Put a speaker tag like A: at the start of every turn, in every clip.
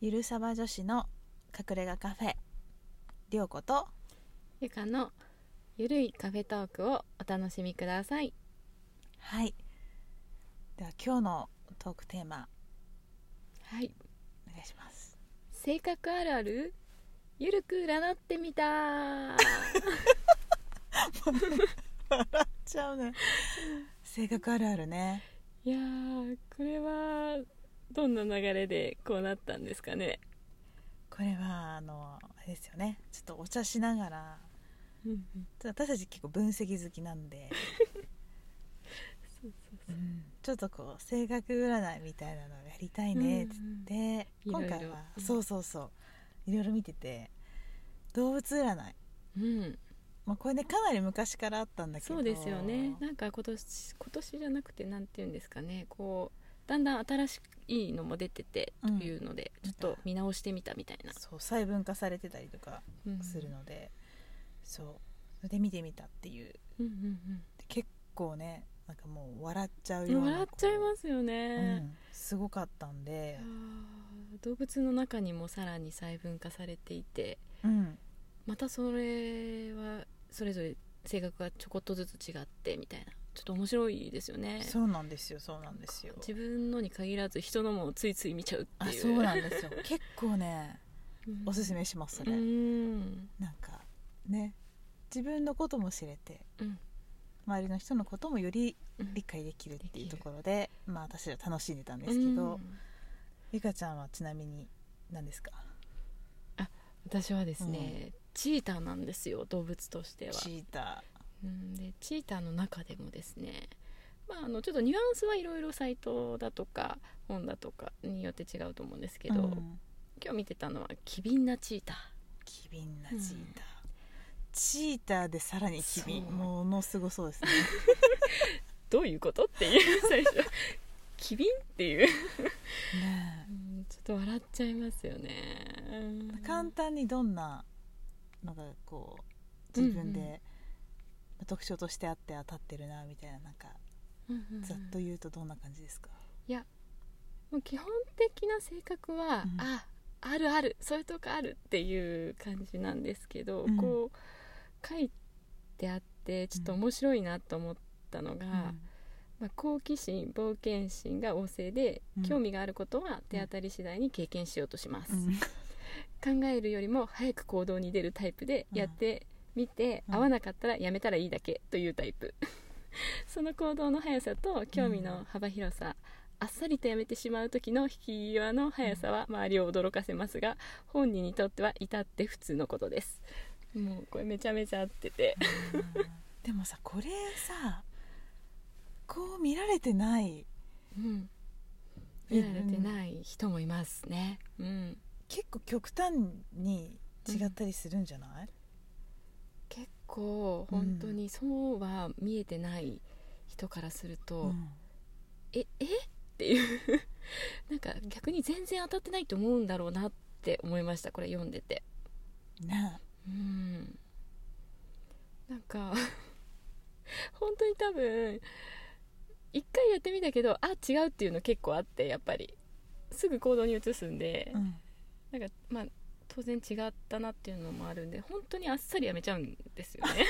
A: ゆるさば女子の隠れ家カフェりょうこと
B: ゆかのゆるいカフェトークをお楽しみください
A: はいでは今日のトークテーマ
B: はい
A: お願いします
B: 性格あるあるゆるく占ってみたは
A: ちゃうね性格あるあるね
B: いやーこれはどんな流れでこうなったんですかね
A: これはあのあれですよねちょっとお茶しながら
B: うん
A: ちょっと私たち結構分析好きなんで、
B: そうそう
A: う
B: そうん
A: ちょっとこう性格占いみたいなのをやりたいねっつって、
B: うんう
A: 今
B: んいろ
A: 回
B: いろ
A: は
B: うん
A: そうそうそういろいろ見てて動物占い
B: うん
A: まあ、これねかなり昔からあったんだけど
B: そうですよねなんか今年今年じゃなくてなんて言うんですかねこうだんだん新しいのも出てて
A: うん
B: というので、ちょっと見直してみたみたいな、
A: そう細分化されてたりとか
B: うん
A: するので、そうそれで見てみたっていう
B: うんうん
A: で結構ねなんかもう笑っちゃ
B: う
A: うん
B: で
A: よう
B: も
A: な
B: 笑っちゃい
A: こ
B: ますよ
A: う
B: ね、
A: うん、すごかったんで
B: あ、ー動物の中にもさらに細分化されていて
A: うん、
B: またそれはそれぞれ性格がちょこっとずつ違ってみたいなちょっと面白いですよね
A: そうなんですよそうなんですよ
B: 自分のに限らず人のもついつい見ちゃうって
A: あ
B: いう
A: そうなんですよ結構ね
B: うん
A: おすすめしますそれ、
B: うん
A: なんかね自分のことも知れて
B: うん
A: 周りの人のこともより
B: うん
A: 理解できるっていう
B: でき
A: と
B: る
A: ころでまあ私は楽しんでたんですけど、
B: うん
A: ゆかちゃんはちなみに何ですか
B: 私はですね、チーターなんですよ動物としては
A: チータ
B: うんでチーターの中でもですねまあ、あのちょっとニュアンスはいろいろサイトだとか本だとかによって違うと思うんですけ
A: ー
B: ど、
A: うん
B: 今日見てたのは「機敏なチーター
A: 機敏なチーター、チーターでさらに機敏
B: そう
A: ものすごそうですね」
B: どういうことっていう最初 機敏っていう、
A: ね
B: うんちょっと笑っちゃいますよね、うん
A: え 簡単にどんなのがこう自分
B: うん
A: で特徴としてあって当たってるなみたいななんか
B: うんうんうん
A: ざっと言うとどんな感じですか、
B: もう基本的な性格は、
A: うん
B: ああるあるそういうとこあるっていう感じなんですけど、
A: うん
B: こう書いてあってちょっと面白いなと思ったのが、まあ、好奇心冒険心が旺盛で、
A: うん
B: 興味があることは手当たり次第に経験しようとします、
A: う ん
B: 考えるよりも早く行動に出るタイプで
A: うん
B: やってみて、
A: うん
B: 合わなかったらやめたらいいだけというタイプ その行動の速さと興味の幅広さ、あっさりとやめてしまう時の引き際の速さは周りを驚かせますが本人にとっては至って普通のことですもうこれめちゃめちゃ合ってて
A: でもさこれさこう見られてない
B: うん見られてない人もいますねうん
A: 結構極端に違ったりするんじゃない、
B: 結構本当にそうは見えてない人からすると、
A: うん
B: ええっていう なんか逆に全然当たってないと思うんだろうなって思いましたこれ読んでて
A: ね
B: うんなんか 本当に多分一回やってみたけどあ違うっていうの結構あってやっぱりすぐ行動に移すんで
A: え、うん
B: なんかまあ当然違ったなっていうのもあるんで本当にあっさりやめちゃうんですよ ね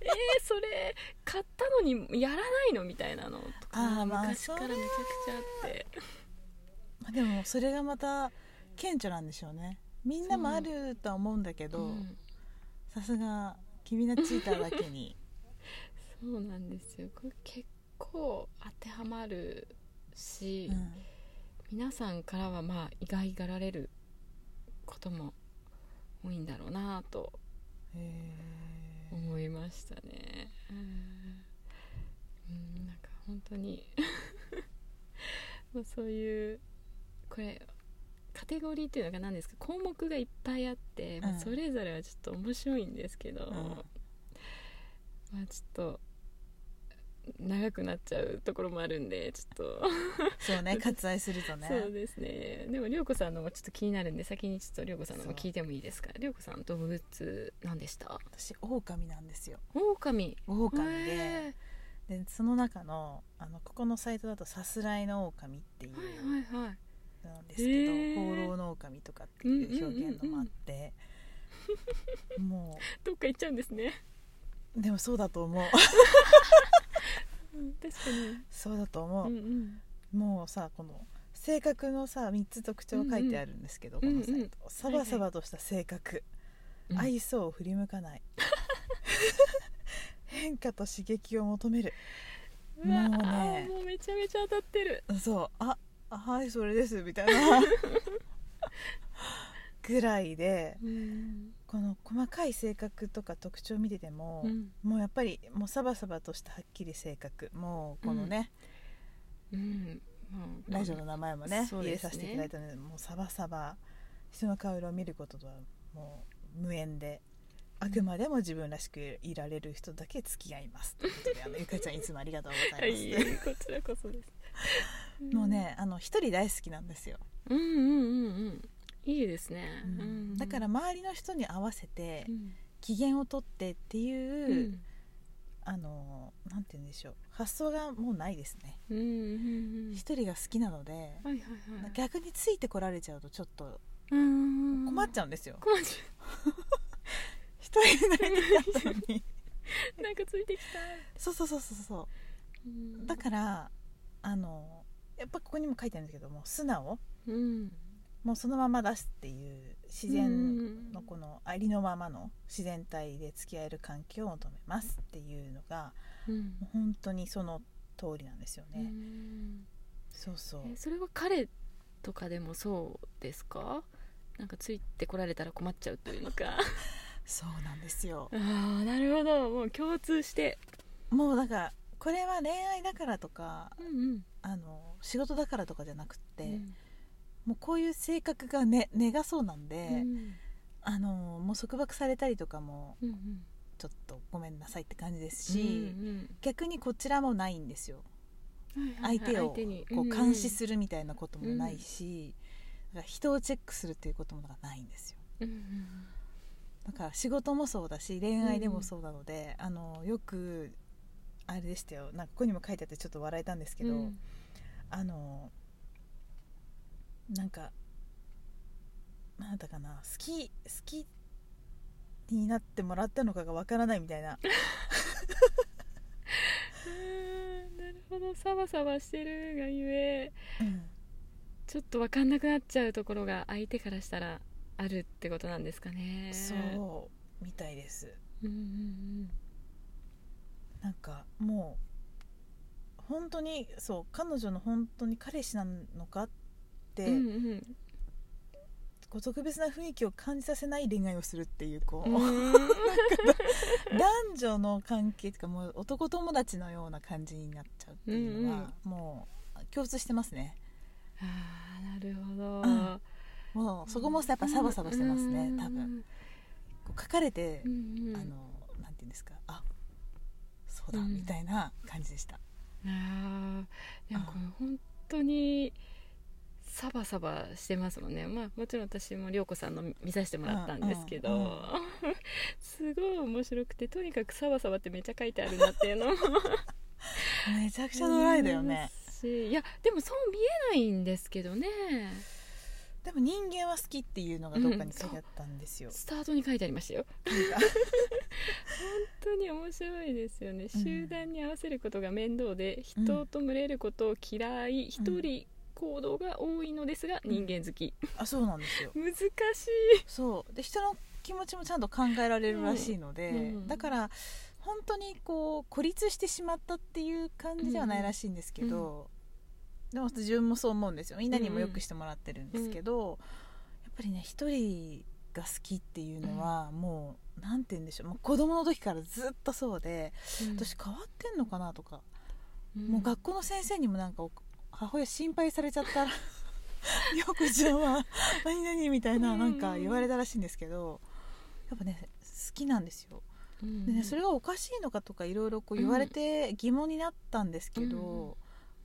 B: えー、それ買ったのにやらないのみたいなのと
A: あー
B: か
A: まあ
B: 昔からめちゃくちゃあって、
A: まあ、でもそれがまた顕著なんでしょうねみんなもあるとは思うんだけど
B: うん
A: さすが君のチーターだけ に
B: そうなんですよこれ結構当てはまるし、
A: うん
B: 皆さんからはまあ意外がられることも多いんだろうなと
A: へー
B: 思いましたねうんうんなんか本当に まあそういうこれカテゴリーっていうのが何ですか項目がいっぱいあって、まあ
A: うん
B: それぞれはちょっと面白いんですけど、
A: ん
B: まあちょっと長くなっちゃうところもあるんでちょっと、
A: そうね割愛するとね
B: そうですねでも涼子さんのもちょっと気になるんで先にちょっと涼子さんのも聞いてもいいですか涼子さん動物何でした
A: 私狼なんですよ
B: 狼
A: 狼
B: へ
A: ででその中のあのここのサイトだと「さすらいの狼」っていう
B: ーはいはいはい
A: なんですけど
B: へ
A: 「
B: ー
A: 放浪の狼」とかっていう表現のもあ って、も
B: どっか行っちゃうんですね
A: うでもそうだと思う
B: うん確かに
A: そうだと思う、
B: うんうん
A: もうさこの性格のさ3つ特徴書いてあるんですけど、
B: うんうん
A: このサイト、
B: うん
A: サバサバとした性格、
B: うん
A: 愛想を振り向かない 変化と刺激を求める
B: うわ
A: もうね
B: もうめちゃめちゃ当たってる
A: そう「ああはいそれです」みたいな ぐらいで
B: うん
A: この細かい性格とか特徴を見てても、
B: うん
A: もうやっぱりもうサバサバとしたはっきり性格もうこのね、
B: うんもう
A: ラジオの名前もね
B: そう
A: 入
B: で
A: れ
B: すね
A: させていただいたのでもうサバサバ人の顔色を見ることとはもう無縁であくまでも自分らしくいられる人だけ付き合いますということであのゆかちゃんいつもありがとうござ
B: はいい
A: ます
B: こちらこそです
A: もうねあの一人大好きなんですよ、
B: うんうんうんうんいいですね、うんうん
A: だから周りの人に合わせて
B: うん
A: 機嫌を取ってって
B: う
A: いう、
B: ん
A: あのなんて言うんでしょう発想がもうないですね
B: うんうんうん
A: 一人が好きなので
B: はいはいはい
A: 逆についてこられちゃうとちょっと困
B: 困
A: っちゃうんですよ、
B: 困っち
A: 一人になりたかったのに
B: ゃうなんかついてきた、
A: そうそうそうそうそううんだからあのやっぱここにも書いてあるんですけども素直
B: うん
A: もうそのまま出すっていう自然のこのありのままの自然体で付き合える環境を求めますっていうのが
B: うん
A: もう本当にその通りなんですよ
B: う
A: ね、
B: ん
A: そうそう
B: えそれは彼とかでもそうですかなんかついてこられたら困っちゃうというの か
A: そうなんですよ
B: ああなるほどもう共通して
A: もうだからこれは恋愛だからとか
B: うんうん
A: あの仕事だからとかじゃなくって、
B: うん
A: もうこういう性格がね根がそうなんで、
B: うん
A: あのもう束縛されたりとかも
B: うんうん
A: ちょっとごめんなさいって感じですし、
B: うん
A: 逆にこちらもないんですよ
B: うんはい
A: 相
B: はい
A: 手
B: はい
A: を
B: に
A: こう監視す
B: る
A: るみたいなこともないし、だから人をチェックするっていうこともないんですよ
B: うんうん
A: だから仕事もそうだし恋愛でもそうなので、あのよくあれでしたよなんかここにも書いてあってちょっと笑えたんですけど、
B: うん
A: あのなんかなんだかな好き好きになってもらったのかがわからないみたい な
B: うんなるほどサバサバしてるがゆえ
A: うん
B: ちょっと分かんなくなっちゃうところが相手からしたらあるってことなんですかね
A: そうみたいです
B: うんうん
A: なんかもう本当にそう彼女の本当に彼氏なのかって、
B: うんうん
A: こう特別な雰囲気を感じさせない恋愛をするっていうこ
B: う
A: う、
B: ん
A: 男
B: うんうん
A: 女の関係とかもう男友達のような感じになっちゃうっていうのは、もう共通してますね
B: あーなるほ
A: うん
B: ど
A: もうそこもやっぱサバサバしてますね多分こう書かれて、
B: うんうん
A: あのなんていうんですかあそうだ、
B: うん
A: みたいな感じでした
B: あーでもこれ本当にサバサバしてますもんねまあもちろん私も涼子さんの見させてもらったんですけど、
A: うんうんうん
B: すごい面白くてとにかくサバサバってめっちゃ書いてあるなってい うのも
A: めちゃくちゃドライだよね、
B: しいやでもそう見えないんですけどね
A: でも人間は好きっていうのがどっかに書いてあったんですよ、
B: スタートに書いてありましたよ本当に面白いですよね、
A: うん
B: 集団に合わせることが面倒で人と群れることを嫌い一、人行動が多いのですが人間好き、
A: あそうなんですよ
B: 難しい
A: そうで人の気持ちもちゃんと考えられるらしいので、
B: うんうん
A: だから本当にこう孤立してしまったっていう感じではないらしいんですけど、でも自分もそう思うんですよみんなにもよくしてもらってるんですけど、やっぱりね一人が好きっていうのはもう、なんて言うんでしょうもう子供の時からずっとそうで、私変わってんのかなとか、もう学校の先生にもなんかお母親心配されちゃ ったらよくちゃんは何々みたいな
B: うん
A: なんか言われたらしいんですけどやっぱね好きなんですよ
B: うん
A: でねそれがおかしいのかとかいろいろこう言われて疑問になったんですけど、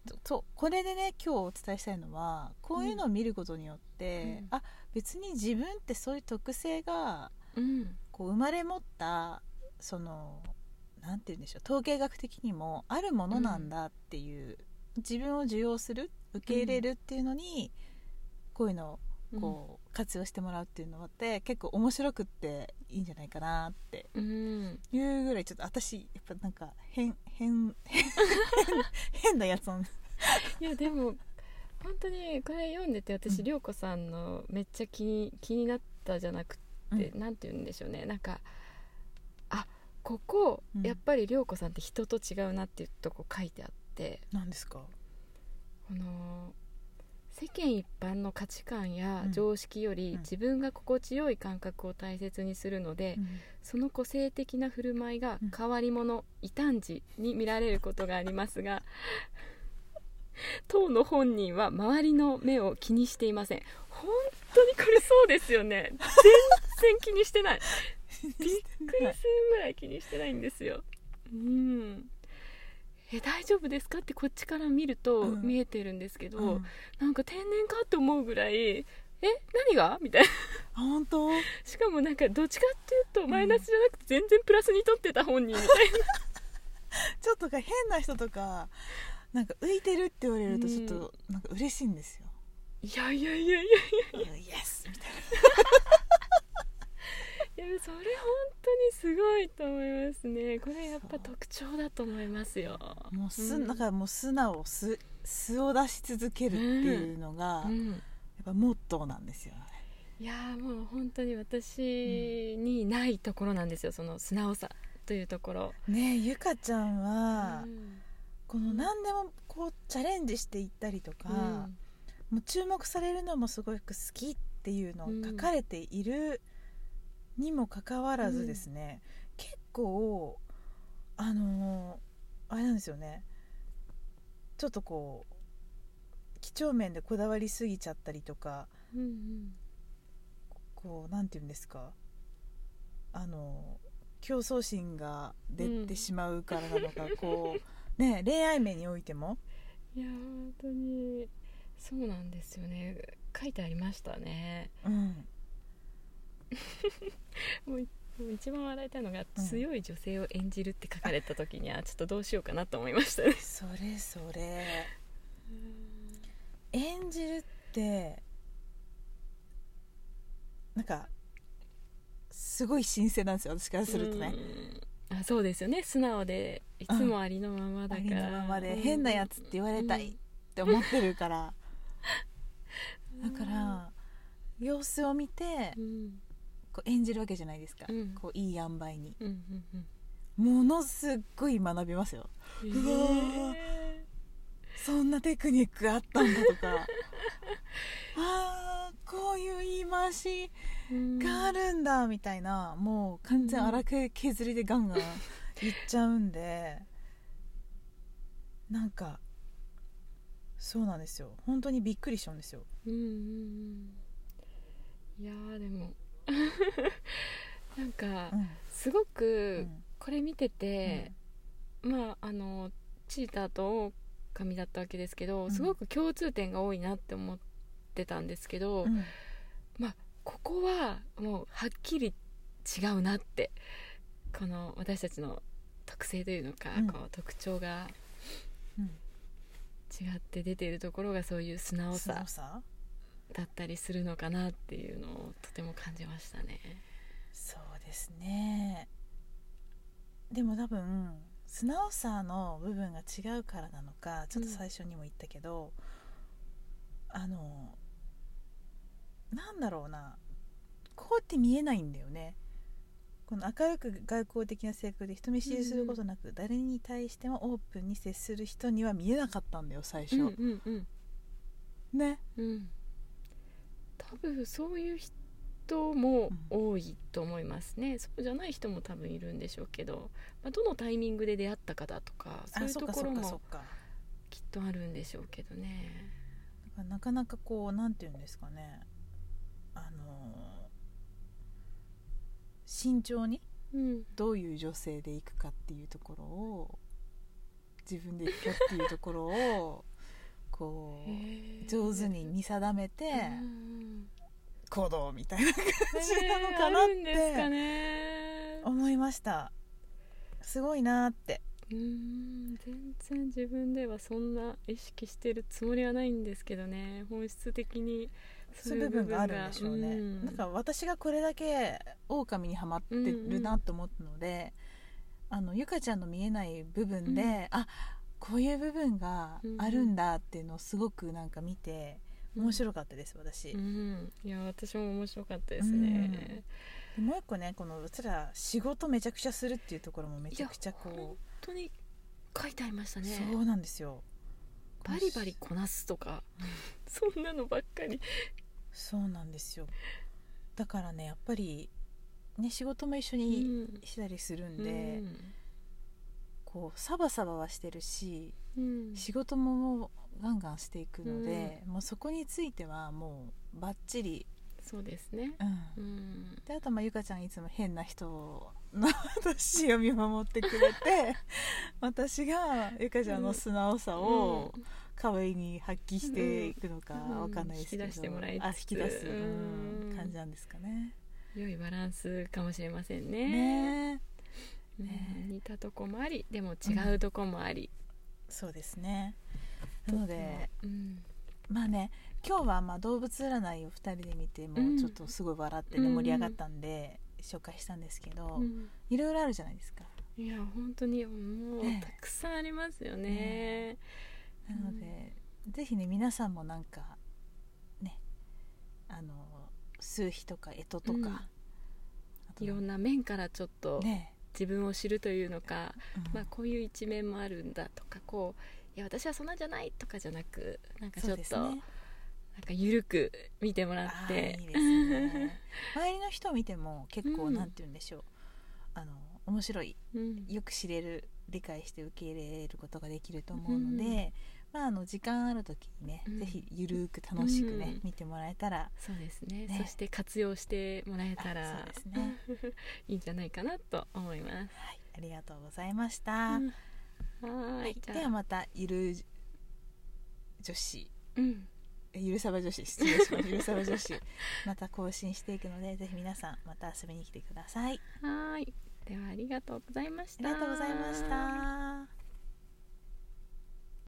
A: とそうこれでね今日お伝えしたいのはこういうのを見ることによって、
B: うん
A: あ別に自分ってそういう特性が
B: うん
A: こう生まれ持ったそのなんて言うんでしょう統計学的にもあるものなんだっていう、自分を受容する受け入れるっていうのにこういうのをこう活用してもらうっていうのって結構面白くっていいんじゃないかなって
B: うん
A: いうぐらいちょっと私やっぱなんか変変変変なやつなんです
B: いやでも本当にこれ読んでて私
A: うん
B: 涼子さんのめっちゃ気に気になったじゃなくって、なんて言うんでしょうねなんかあここ、
A: うん
B: やっぱり涼子さんって人と違うなっていうとこ書いてあって
A: なんですか
B: この世間一般の価値観や
A: うん
B: 常識よ
A: う
B: り
A: ん
B: 自分が心地よい感覚を大切にするので、その個性的な振る舞いが
A: うん
B: 変わり者異端児に見られることがありますが 当の本人は周りの目を気にしていません本当にこれそうですよね全然気にしてないびっくりするぐらい気にしてないんですようんえ大丈夫ですかってこっちから見ると
A: うん
B: 見えてるんですけど、
A: うんあ
B: なんか天然かって思うぐらいえ何がみたいな
A: 本当
B: しかもなんかどっちかっていうとマイナスじゃなくて全然プラスに取ってた本人みたい
A: ちょっとか変な人とかなんか浮いてるって言われるとちょっ
B: う
A: となんか嬉しいんですよ、
B: な いやいやいやい
A: イエスみたい
B: やいやそれ本当にすごいと思いますねこれやっぱ特徴だと思いますよ
A: なもうす、
B: うん
A: だからもう素直素素を出し続けるっていうのが、やっ
B: うん
A: ぱモットーなんですよね
B: いやーもう本当に私にないところなんですよその素直さというところ
A: ねえゆかちゃんは、
B: うん
A: この何でもこうチャレンジしていったりとか、
B: うん
A: もう注目されるのもすごく好きっていうのを書かれているにもかかわらずですね、結構あのーあれなんですよねちょっとこう几帳面でこだわりすぎちゃったりとか
B: うん
A: こうなんて言うんですかあの競争心が出てしまうからなのか、こうね恋愛面においても
B: いやー本当にそうなんですよね書いてありましたね
A: うん
B: もうもう一番笑えたのが、
A: うん
B: 強い女性を演じるって書かれた時にはちょっとどうしようかなと思いましたね
A: それそれ演じるってなんかすごい新鮮なんですよ私からするとね、
B: うんあそうですよね素直でいつもありのまま
A: あ
B: だか
A: り
B: ら、
A: のままで変なやつって言われたいって思ってるから、だから様子を見て
B: うん
A: こう演じるわけじゃないですか、
B: うん
A: こういい塩梅に
B: うんうんうん
A: ものすっごい学びますようわー
B: え
A: そんなテクニックあったんだと かあーこういう言い回し
B: ーうん
A: があるんだみたいなもう完全荒く削りでガン ガンいっちゃうんでなんかそうなんですよ本当にびっくりしちゃうんですよ
B: うんうんうんいやーでも なんか
A: うん
B: すご
A: う
B: く
A: ん
B: これ見てて、まああのチーターと狼だったわけですけど、
A: うん
B: すごく共通点が多いなって思ってたんですけど、
A: うん
B: ここはもうはっきり違うなってこの私たちの特性というのか、
A: うん
B: こう特徴が
A: うん
B: 違って出ているところがそういう素直
A: 素
B: さ
A: 直さ
B: だったりするのかなっていうのをとても感じましたね。
A: そうですねでも多分素直さの部分が違うからなのかちょっと最初にも言ったけど、あのなんだろうなこうって見えないんだよねこの明るく外交的な性格で人見知りすることなく、誰に対してもオープンに接する人には見えなかったんだよ最
B: う
A: 初、
B: んうんうん
A: ね
B: うん、多分そういう人も多いと思いますね、そうじゃない人も多分いるんでしょうけど、まあ、どのタイミングで出会ったかだとかそ
A: あ
B: ういう
A: そ
B: と
A: っか
B: こ
A: そ
B: ろ
A: っかそっ
B: も
A: か
B: きっとあるんでしょうけどね。
A: なかなかこうなんていうんですかねあの慎重に
B: うん
A: どういう女性でいくかっていうところを自分でいくかっていうところ をこう上手に見定めて
B: うん
A: 行動みたいな感じなの
B: あ
A: かな
B: るんです
A: っ
B: か
A: て
B: ね
A: 思いましたすごいなーって
B: ううーん全然自分ではそんな意識してるつもりはないんですけどね本質的に
A: そういう部分があるんでしょうね、
B: ん
A: なんか私がこれだけ狼にはまってるなと思ったので、あのゆかちゃんの見えない部分で、
B: うん
A: あこういう部分があるんだっていうのをすごくなんか見て面白かったです私、
B: うん、いや私も面白かったですね、
A: でもう一個ねこのうちら仕事めちゃくちゃするっていうところもめちゃくちゃ
B: いや本
A: こ
B: 当に書いてありました
A: う、
B: ね
A: そうなんですよ
B: バリバリこなすとか、そんなのばっかり
A: そうなんですよだからねやっぱりね仕事も一緒
B: う
A: に
B: ん
A: したりするんで、こうサバサバはしてるし
B: うん
A: 仕事もガンガンしていくので、もうそこについてはもうバッチリ、
B: そうですね
A: うん
B: うん
A: であとまあゆかちゃんいつも変な人の 私を見守ってくれ て私がゆかちゃんの素直さを
B: うん
A: 可愛いに発揮していくのか
B: うん
A: わかんないですけど、
B: 引き出してもらいつつ
A: あ引き出す、うん
B: うん
A: 感じなんですかね。
B: 良いバランスかもしれませんね
A: ねえ
B: うん
A: ね
B: 似たとこもありでも違うとこもあり、
A: そうですねなので
B: うん
A: まあね今日はまあ動物占いを2人で見ても
B: うん
A: うちょっとすごい笑ってね、
B: うん
A: 盛り上がったんで紹介したんですけど、
B: うん
A: いろいろあるじゃないですか
B: いや本当にもう
A: ねえ
B: たくさんありますよね
A: ねなので、ぜひね皆さんもなんかねあの数比とか干支とか、
B: うん
A: あと
B: いろんな面からちょっと
A: ね、
B: 自分を知るというのか、
A: うん
B: まあ、こういう一面もあるんだとかこういや私はそんなんじゃないとかじゃなくなんかち
A: そ
B: ょ
A: う
B: っ
A: です
B: と、
A: ね
B: なんか緩く見てもら
A: あ
B: っ
A: あー
B: て
A: いいです ね周りの人を見ても結構、
B: うん
A: なんて言うんでしょうあの面白い
B: うん
A: よく知れる理解して受け入れることができると思うので、まあ、あの時間ある時にね、
B: うん
A: ぜひゆるーく楽しくね、
B: うん
A: 見てもらえたら
B: そうですね
A: ね
B: そして活用してもらえた
A: あそ
B: ら
A: うですね
B: いいんじゃないかなと思います。
A: はいありがとうございまし
B: う
A: た、
B: んは
A: は
B: ー
A: い
B: い、じ
A: では
B: ゃあ、
A: またゆる女子
B: うん、
A: えゆるさば女子失礼しま したゆるさば女子また更新していくのでぜひ皆さんまた遊びに来てください
B: はーい、ではありがとうございまし
A: あり
B: た。
A: がとうございました